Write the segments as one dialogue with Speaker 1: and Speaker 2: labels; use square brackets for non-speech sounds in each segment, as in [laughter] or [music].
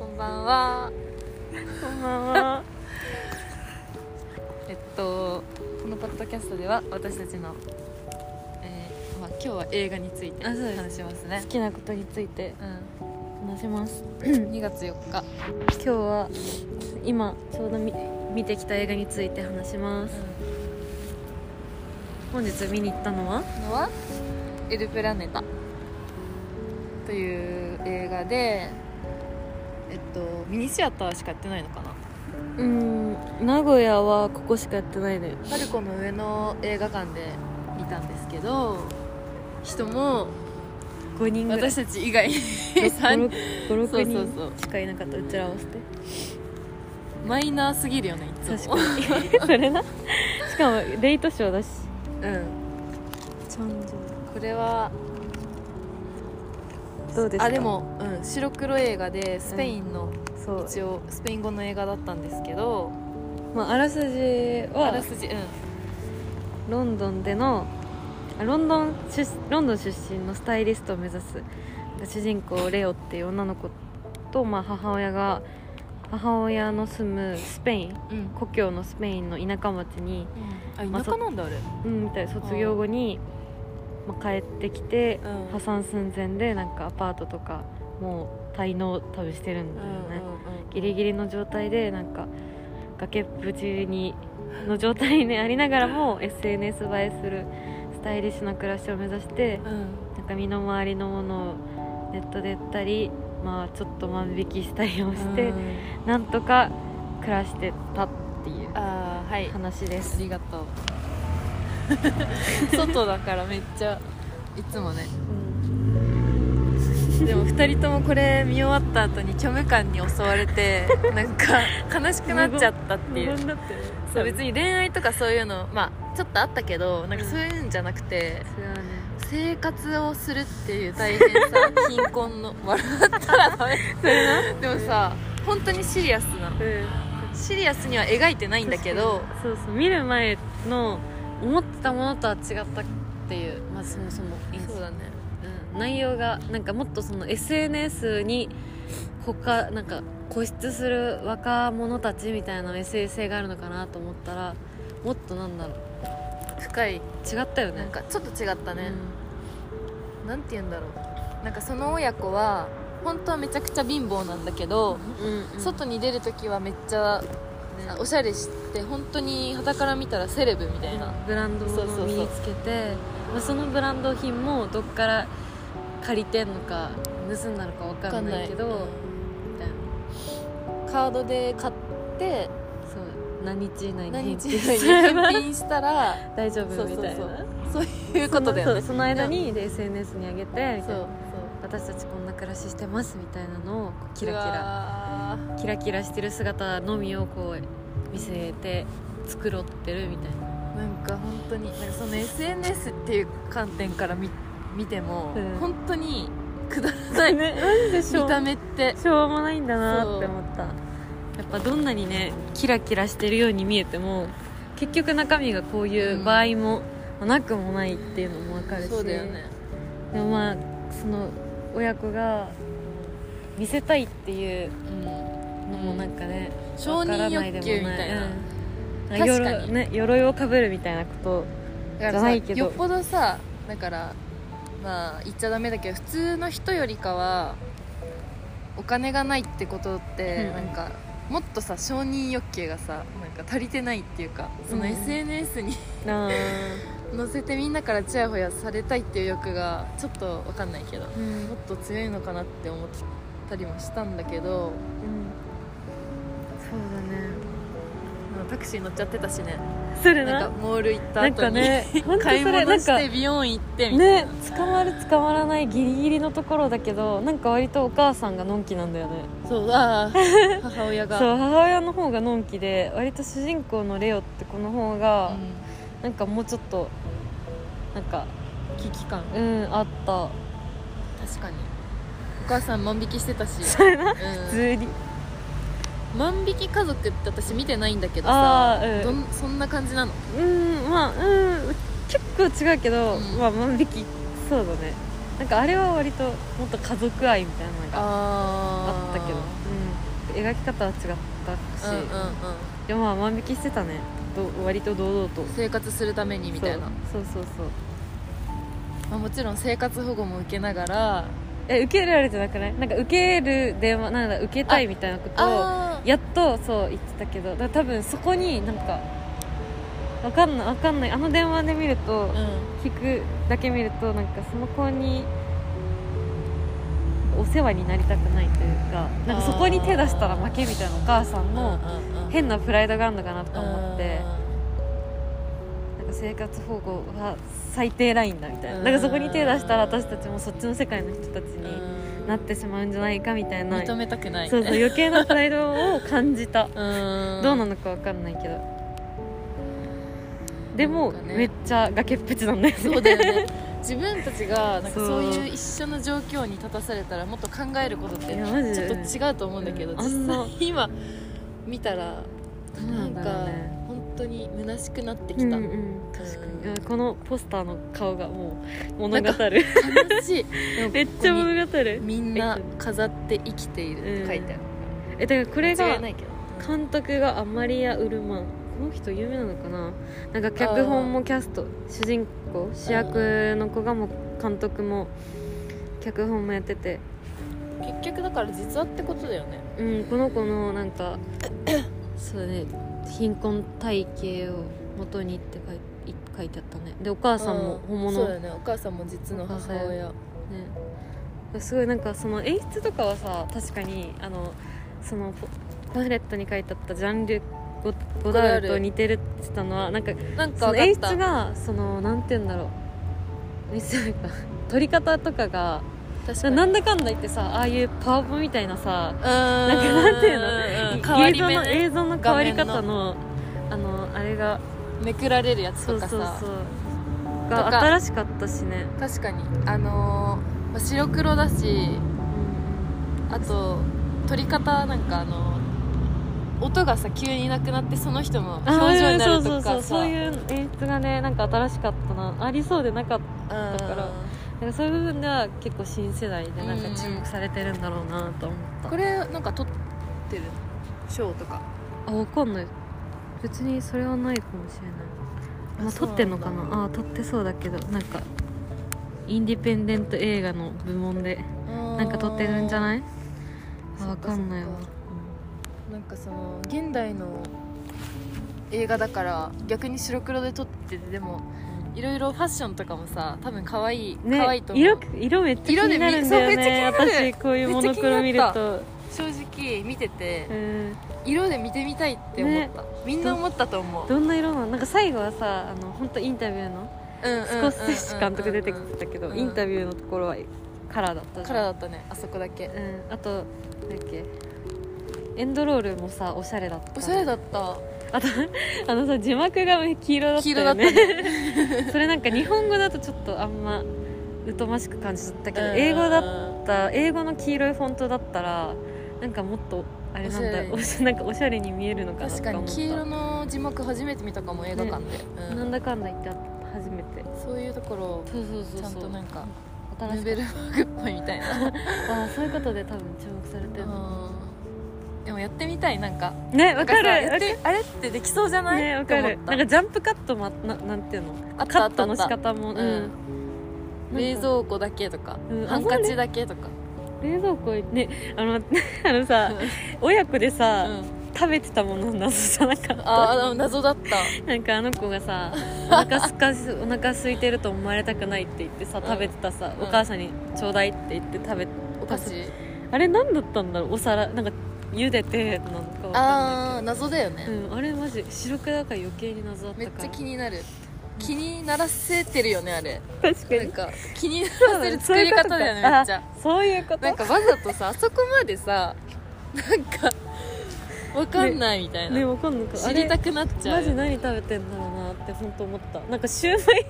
Speaker 1: は
Speaker 2: こ [laughs] んばんは
Speaker 1: えっとこのポッドキャストでは私たちの、えーまあ、今日は映画について
Speaker 2: あそうです
Speaker 1: 話します
Speaker 2: 好
Speaker 1: ね
Speaker 2: きなことについて
Speaker 1: う
Speaker 2: 話します
Speaker 1: ん、2月4日、
Speaker 2: 今日は今ちょうど見見てきた映画について話します本日見に行ったのは
Speaker 1: のは「エル・プラネタ」という映画でえっとミニシアターしかやってないのかな
Speaker 2: うん名古屋はここしかやってないのよ
Speaker 1: パルコの上の映画館で見たんですけど人も
Speaker 2: 5人ぐらい
Speaker 1: 私たち以外に三 [laughs]
Speaker 2: 56
Speaker 1: そうそう
Speaker 2: 人
Speaker 1: そう
Speaker 2: しかいなかったうちら合わせて
Speaker 1: マイナーすぎるよねいつも
Speaker 2: 確かに [laughs] それなしかもレイトショーだし
Speaker 1: うん、
Speaker 2: ちゃんじ
Speaker 1: これは
Speaker 2: どうですか
Speaker 1: あでも、うん、白黒映画でスペインの、
Speaker 2: そう、
Speaker 1: 一応スペイン語の映画だったんですけど
Speaker 2: まあ、あらすじ
Speaker 1: あら
Speaker 2: は
Speaker 1: すじうん
Speaker 2: ロンドンでのあロンドン出ロンドン出身のスタイリストを目指す主人公レオっていう女の子と、まあ、母親が母親の住むスペイン
Speaker 1: うん
Speaker 2: 故郷のスペインの田舎町に、
Speaker 1: あ田舎なんだあれ
Speaker 2: うん、みたいな卒業後に、まあ、帰ってきて、
Speaker 1: うん
Speaker 2: 破産寸前でなんかアパートとかもう滞納多分してるんだよね、ギリギリの状態でなんか崖っぷちにの状態にありながら
Speaker 1: [laughs]
Speaker 2: も SNS 映えするスタイリッシュな暮らしを目指して
Speaker 1: うんうん
Speaker 2: なんか身の回りのものをネットで売ったり、まあ、ちょっと万引きしたりをして、
Speaker 1: うん
Speaker 2: なんとか暮らしてたっていう
Speaker 1: あーはいあ
Speaker 2: 話です
Speaker 1: りがと [laughs] う外だからめっちゃいつもねでも2人ともこれ見終わった後に虚無感に襲われ [laughs] てなんか悲しくなっちゃったっていう
Speaker 2: だって
Speaker 1: そう別に恋愛とかそういうのまあちょっとあったけどなんか
Speaker 2: うん
Speaker 1: そういうんじゃなくて、
Speaker 2: それはね
Speaker 1: 生活をするっていう大変さ貧困 [laughs] の笑ったらダメでもさ本当にシリアスなシリアスには描いてないんだけど
Speaker 2: そうそう見る前の思ってたものとは違ったっていうまずそもそも
Speaker 1: そうだね
Speaker 2: うん内容がなんかもっとその SNS に他なんか固執する若者たちみたいなメッセージ性があるのかなと思ったらもっとなんだろう
Speaker 1: 深い
Speaker 2: 違ったよね
Speaker 1: なんかちょっと違ったね、なんて言うんだろうなんかその親子は本当はめちゃくちゃ貧乏なんだけど、
Speaker 2: うんうんうん
Speaker 1: 外に出る時はめっちゃあおしゃれして本当に傍から見たらセレブみたいな、
Speaker 2: ブランド
Speaker 1: そうそうそ
Speaker 2: を
Speaker 1: う
Speaker 2: 身につけてまあそのブランド品もどっから借りてんのか盗んだのかわかんないけど
Speaker 1: わかんない
Speaker 2: みたいな
Speaker 1: カードで買って
Speaker 2: そう何日以内
Speaker 1: 何
Speaker 2: に返
Speaker 1: 日
Speaker 2: 品
Speaker 1: 以内に
Speaker 2: すれば
Speaker 1: 返品したら
Speaker 2: [laughs] 大丈
Speaker 1: そ
Speaker 2: 夫
Speaker 1: う
Speaker 2: み
Speaker 1: そう
Speaker 2: たい
Speaker 1: そ
Speaker 2: な
Speaker 1: うそういうことだよね
Speaker 2: そうその間にで SNS に上げてみたいな
Speaker 1: そう
Speaker 2: 私たちこんな暮らししてますみたいなのをこうキラキ
Speaker 1: う
Speaker 2: ラ
Speaker 1: わー
Speaker 2: キラキラしてる姿のみをこう見せて作ろってるみたいな
Speaker 1: なんか本当になんかその SNS っていう観点から見見ても、
Speaker 2: うん
Speaker 1: 本当にくだらない見
Speaker 2: [laughs] ねなんで
Speaker 1: た目って
Speaker 2: しょうもないんだな
Speaker 1: そう
Speaker 2: って思ったやっぱどんなにねキラキラしてるように見えても結局中身がこういう場合も、なくもないっていうのも分かるし
Speaker 1: そうだよね
Speaker 2: でもまあその親子が見せたいっていうのもなんかね、
Speaker 1: 承認欲求みたいな
Speaker 2: わからないでもない、うん、
Speaker 1: 確か
Speaker 2: 鎧
Speaker 1: に
Speaker 2: ね鎧をかぶるみたいなこと
Speaker 1: だから
Speaker 2: じゃ
Speaker 1: さ
Speaker 2: ないけど
Speaker 1: よっぽどさだからまあ言っちゃダメだけど普通の人よりかはお金がないってことって
Speaker 2: うん
Speaker 1: なんか、もっとさ承認欲求がさなんか足りてないっていうかその
Speaker 2: うん
Speaker 1: SNS に
Speaker 2: なあ、
Speaker 1: 載せてみんなからちやほやされたいっていう欲がちょっと分かんないけども
Speaker 2: うん
Speaker 1: っと強いのかなって思ったりもしたんだけど
Speaker 2: そうだね
Speaker 1: まあタクシー乗っちゃってたしね
Speaker 2: それ
Speaker 1: なん
Speaker 2: な
Speaker 1: かモール行った
Speaker 2: なん
Speaker 1: 後
Speaker 2: か
Speaker 1: に、
Speaker 2: ね本当そ
Speaker 1: 買い
Speaker 2: れ
Speaker 1: 物
Speaker 2: なん
Speaker 1: し
Speaker 2: か
Speaker 1: て美容院行ってみたいな、
Speaker 2: ね捕まる捕まらないギリギリのところだけどなんか割とお母さんがのんきなんだよね
Speaker 1: そう
Speaker 2: [laughs]
Speaker 1: ああ母親が
Speaker 2: そう母親の方がのんきで割と主人公のレオって子の方が、
Speaker 1: うん
Speaker 2: なんかもうちょっとなんか
Speaker 1: 危機感
Speaker 2: うんあった
Speaker 1: 確かにお母さん万引きしてたし、
Speaker 2: それな普
Speaker 1: う
Speaker 2: 通に
Speaker 1: ん、万引き家族って私見てないんだけどさ
Speaker 2: ああ
Speaker 1: ど
Speaker 2: うん
Speaker 1: んそんな感じなの
Speaker 2: うんまあうん結構違うけど、
Speaker 1: うん
Speaker 2: まあ万引きそうだねなんかあれは割ともっと家族愛みたいなのが
Speaker 1: あ
Speaker 2: あったけど、うん、描き方は違った
Speaker 1: うん
Speaker 2: し、
Speaker 1: うんうん
Speaker 2: でもまあ万引きしてたねど割と堂々と
Speaker 1: 生活するためにみたいな、
Speaker 2: そうそうそうそう
Speaker 1: まあ、もちろん生活保護も受けながら
Speaker 2: え受け入れられてなくないなんか受ける電話なんだ受けたいみたいなことを
Speaker 1: あ
Speaker 2: やっとそう言ってたけどだから多分そこになんかわかんないわかんないあの電話で見ると、
Speaker 1: う
Speaker 2: 聞くだけ見るとなんかその子にお世話になりたくないというかなんかそこに手出したら負けみたいなお母さん
Speaker 1: ん
Speaker 2: の
Speaker 1: うんうんうん
Speaker 2: 変なプライドがあるのかなとか思って
Speaker 1: うんうん
Speaker 2: なんか生活保護は最低ラインだみたいな
Speaker 1: うん
Speaker 2: なんかそこに手出したら私たちもそっちの世界の人たちに
Speaker 1: うん
Speaker 2: なってしまうんじゃないかみたいなそ
Speaker 1: 認
Speaker 2: う
Speaker 1: めたくない
Speaker 2: そう余計なプライドを感じた
Speaker 1: [laughs] うん
Speaker 2: どうなのか分かんないけどでも
Speaker 1: なんかね
Speaker 2: めっちゃ崖っぷちなんだよ
Speaker 1: そう
Speaker 2: ね
Speaker 1: だよ
Speaker 2: [laughs]
Speaker 1: ね自分たちがなんか
Speaker 2: そう
Speaker 1: そういう一緒の状況に立たされたらもっと考えることって
Speaker 2: い
Speaker 1: ち
Speaker 2: やマジで
Speaker 1: ょっと違うと思うんだけど、
Speaker 2: うんあん
Speaker 1: 実
Speaker 2: な
Speaker 1: 際今見たら
Speaker 2: どう
Speaker 1: なん
Speaker 2: だ
Speaker 1: か
Speaker 2: ろうね
Speaker 1: 本当に虚しくなってきた、
Speaker 2: うんうん、確かに
Speaker 1: うん
Speaker 2: いやこのポスターの顔がもう物語 [laughs] る
Speaker 1: 悲しいでも
Speaker 2: めっちゃ
Speaker 1: ここに
Speaker 2: 物語る
Speaker 1: みんな飾って生きているって書いてある、
Speaker 2: えだからこれ
Speaker 1: 間違
Speaker 2: が
Speaker 1: いないけど
Speaker 2: 監督がアマリア・ウルマンこの人有名なのかななんか脚本もキャスト主人公主役の子がもう監督も脚本もやってて、
Speaker 1: 結局だから実話ってことだよね
Speaker 2: うん、この子のなんか [coughs] そうね貧困体系を元にって書いい書いてあったねでお母さんも本
Speaker 1: うんそう
Speaker 2: 物
Speaker 1: だよねお母さんも実の母親
Speaker 2: ね、すごいなんかその演出とかはさ確かにあのそのポパンフレットに書いてあったジャンルゴゴダールと似てるって言ってたのはなんか
Speaker 1: なんか
Speaker 2: そ
Speaker 1: わ
Speaker 2: の
Speaker 1: かっ
Speaker 2: 演
Speaker 1: た
Speaker 2: 出がそのなんて言うんだろうミスなんか撮り方とかが
Speaker 1: 確かに
Speaker 2: なんだかんだ言ってさああいうパワポみたいなさ
Speaker 1: うーんな
Speaker 2: なんかなんていうの
Speaker 1: 変わ
Speaker 2: 映
Speaker 1: り
Speaker 2: 像
Speaker 1: 目
Speaker 2: の
Speaker 1: ね
Speaker 2: 映像の変わり方のあのあれが
Speaker 1: めくられるやつ
Speaker 2: そ
Speaker 1: と
Speaker 2: う
Speaker 1: か
Speaker 2: そ
Speaker 1: さ
Speaker 2: うそう
Speaker 1: と
Speaker 2: が
Speaker 1: か
Speaker 2: 新しかったしね、
Speaker 1: 確かにあのーまあ白黒だし
Speaker 2: うん
Speaker 1: あと撮り方なんかあの音がさ急になくなってその人の表情になる
Speaker 2: あ
Speaker 1: と
Speaker 2: ーそうそうそう
Speaker 1: か
Speaker 2: そ
Speaker 1: さ
Speaker 2: ういう演出がねなんか新しかったなありそうでなかっただからなんかそういう部分では結構新世代でなんか注目されてるんだろうなと思った、
Speaker 1: これなんか撮ってる賞とか
Speaker 2: あわかんない別にそれはないかもしれないまあ、撮ってんのかなあー撮ってそうだけどなんかインディペンデント映画の部門で
Speaker 1: な
Speaker 2: なんか撮ってるんじゃ
Speaker 1: い
Speaker 2: ないあ
Speaker 1: そ
Speaker 2: わ
Speaker 1: っか
Speaker 2: かんないわ
Speaker 1: そっかなんかその現代の映画だから逆に白黒で撮っててでもいろいろファッションとかもさ多分可愛い、
Speaker 2: ね
Speaker 1: 可愛いと思う
Speaker 2: 色色めっちゃ気になるんだよ
Speaker 1: 色でめ
Speaker 2: ね
Speaker 1: そうめっちゃ気になる
Speaker 2: 私こういうモノクロ見ると
Speaker 1: 正直見てて
Speaker 2: うん
Speaker 1: 色で見てみたいって思った、みんな思ったと思う
Speaker 2: どんな色なのなんか最後はさあの本当インタビューのスコステッシ監督出てきてた
Speaker 1: う
Speaker 2: け
Speaker 1: ん
Speaker 2: ど
Speaker 1: うんう
Speaker 2: イ
Speaker 1: ん
Speaker 2: ンタビューのところはカラーだったじ
Speaker 1: から
Speaker 2: ゃ
Speaker 1: だ
Speaker 2: ん
Speaker 1: ったねあそこだけ
Speaker 2: うんあとなんだっけエンドロールもさおしゃれだった
Speaker 1: おしゃれだった
Speaker 2: あと [laughs] あのさ字幕が黄色だった
Speaker 1: 黄色だ
Speaker 2: よ
Speaker 1: ったね
Speaker 2: [laughs] ねそれなんか日本語だとちょっとあんま疎ましく感じたけど英語だった英語の黄色いフォントだったらなんかもっとあれなんだ
Speaker 1: お
Speaker 2: おし [laughs] なんかおしゃれに見えるのかなと
Speaker 1: 確
Speaker 2: か
Speaker 1: か
Speaker 2: 思
Speaker 1: に
Speaker 2: った
Speaker 1: 黄色の字幕初めて見たかも映画館で、うん
Speaker 2: なんだかんだ言って初めて
Speaker 1: そういうところ
Speaker 2: そうそう
Speaker 1: ちゃんとなんかヌ
Speaker 2: 新し
Speaker 1: ーベルバーグっぽいみたいな、
Speaker 2: ああそういうことで多分注目されてるの
Speaker 1: うんでもやってみたいなんか
Speaker 2: ねわか
Speaker 1: なん
Speaker 2: る
Speaker 1: さやってあれってできそうじゃない
Speaker 2: ねわかる
Speaker 1: って思
Speaker 2: なん
Speaker 1: った
Speaker 2: かジャンプカットもあななんていうの
Speaker 1: あったあ
Speaker 2: カ
Speaker 1: っ
Speaker 2: ッ
Speaker 1: た
Speaker 2: ト
Speaker 1: あ
Speaker 2: の
Speaker 1: っ
Speaker 2: 仕
Speaker 1: た
Speaker 2: 方もうん、
Speaker 1: うん冷蔵庫だけとか、
Speaker 2: うん
Speaker 1: ハンカチだけとか、
Speaker 2: 冷蔵庫ねあの [laughs] あのさ親子で
Speaker 1: う
Speaker 2: さ、
Speaker 1: ん、
Speaker 2: 食べてたものの謎じゃなかっ
Speaker 1: あ
Speaker 2: た
Speaker 1: あ謎だった
Speaker 2: なんかあの子がさお腹すかす [laughs] お腹空いてると思われたくないって言ってさ食べてたさ、
Speaker 1: うん
Speaker 2: お母さんに「ちょうだい」って言って食べ
Speaker 1: お菓子
Speaker 2: あれ何だったんだろうお皿なんか茹でてなのかわかんない
Speaker 1: ああー謎だよね、
Speaker 2: けど、うん、あれマジ白くだから余計に謎だった
Speaker 1: め
Speaker 2: か
Speaker 1: っ
Speaker 2: ら
Speaker 1: ちゃ気になる気にならせてるよねあれ
Speaker 2: 確か
Speaker 1: なん
Speaker 2: に
Speaker 1: か気にならせる作り方だよねめっちゃ
Speaker 2: そういうこと
Speaker 1: なんかわざとさあそこまでさなんかわかんないみたいな、
Speaker 2: ねわかんない
Speaker 1: 知りたくなっちゃ
Speaker 2: マ
Speaker 1: う
Speaker 2: ジ
Speaker 1: よね
Speaker 2: 何食べてんだろうなって本当思ったなんかシューマイ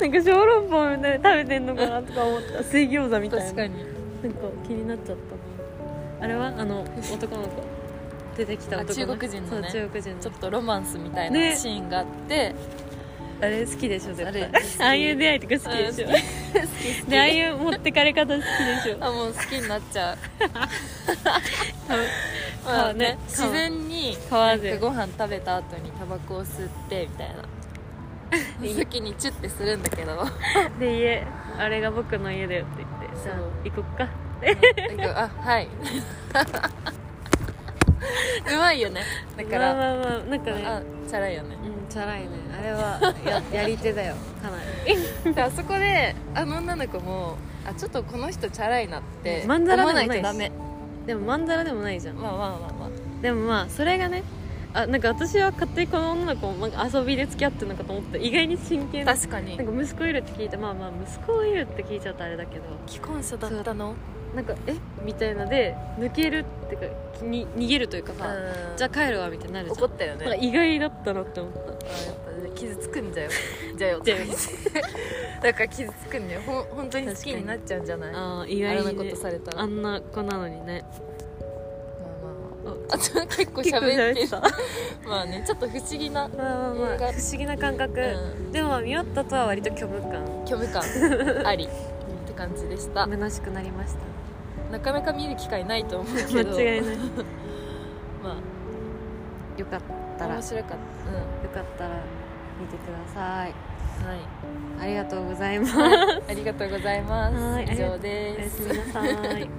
Speaker 2: [laughs] なんか小籠包みたいな食べてんのかなとか思った水餃子みたいな
Speaker 1: 確かに
Speaker 2: なんか気になっちゃったなあれはあの男の子出てきた
Speaker 1: あ
Speaker 2: 男の子
Speaker 1: 中国人のね
Speaker 2: そう中国人の
Speaker 1: ちょっとロマンスみたい
Speaker 2: ね
Speaker 1: なシーンがあって、
Speaker 2: あれ好きでしょ絶
Speaker 1: あれ
Speaker 2: 対 [laughs] ああいう出会いとか好きでしょ
Speaker 1: 好き好 [laughs] き
Speaker 2: でああいう持ってかれ方好きでしょ
Speaker 1: [laughs] あもう好きになっちゃう
Speaker 2: 顔
Speaker 1: [laughs] まあね
Speaker 2: ね顔
Speaker 1: 自然に
Speaker 2: 川で
Speaker 1: ご飯食べた後にタバコを吸ってみた [laughs] いな先にチュッてするんだけどなんか
Speaker 2: で家あれが僕の家だよって言って
Speaker 1: そう
Speaker 2: さ行こっか
Speaker 1: あはい [laughs] うまいよねだか
Speaker 2: まあ
Speaker 1: ら、
Speaker 2: まあまあなんかね
Speaker 1: あチャラいよね
Speaker 2: うんチャラいねあれはや [laughs] やり手だよかなり
Speaker 1: であそこであの女の子もあちょっとこの人チャラいなって
Speaker 2: まんざらで
Speaker 1: 思
Speaker 2: も
Speaker 1: わ
Speaker 2: な
Speaker 1: ないいとダメ
Speaker 2: でもまんざらでもないじゃん
Speaker 1: まあまあまあまあ
Speaker 2: でもまあそれがねあなんか私は勝手にこの女の子もなんか遊びで付き合ってるのかと思って意外に真剣な
Speaker 1: 確かに
Speaker 2: なんか息子いるって聞いてまあまあ息子いるって聞いちゃうとあれだけど
Speaker 1: 既婚者だったの
Speaker 2: なんかえみたいので抜けるってかに逃げるというかさ、
Speaker 1: うん
Speaker 2: じゃあ帰るわみたいになるじ
Speaker 1: 怒
Speaker 2: ゃん
Speaker 1: ったよね
Speaker 2: なんか意外だったなって思った
Speaker 1: あやっぱね傷つくんじゃ [laughs] よじゃよ
Speaker 2: じゃよ
Speaker 1: だから傷つくんだよほん本当に好きになっちゃうんじゃないあ
Speaker 2: あー意
Speaker 1: あ
Speaker 2: 外
Speaker 1: れ
Speaker 2: に、
Speaker 1: な
Speaker 2: ね、
Speaker 1: ことされたら
Speaker 2: あんな子なのにね
Speaker 1: まあまあま
Speaker 2: お
Speaker 1: ああちょ [laughs] 結構
Speaker 2: 結
Speaker 1: 喋
Speaker 2: 構
Speaker 1: って
Speaker 2: 喋
Speaker 1: る
Speaker 2: ってた
Speaker 1: まあねちょっと不思議な、うん、
Speaker 2: まあまあ
Speaker 1: 映
Speaker 2: まあ
Speaker 1: 画
Speaker 2: 不思議な感覚、でも見終わったとは割と虚無感
Speaker 1: 虚無感 [laughs] ありって感じでした
Speaker 2: 虚しくなりました
Speaker 1: なかなか見る機会ないと思うけど
Speaker 2: 間違いない
Speaker 1: ま
Speaker 2: よかった
Speaker 1: あ
Speaker 2: ら
Speaker 1: 面
Speaker 2: よ
Speaker 1: 白かったうん
Speaker 2: かったら見てください
Speaker 1: はい
Speaker 2: ありがとうございます
Speaker 1: ありがとうございます
Speaker 2: はいあ
Speaker 1: 以
Speaker 2: りがと
Speaker 1: 上
Speaker 2: おや
Speaker 1: です
Speaker 2: すみなさい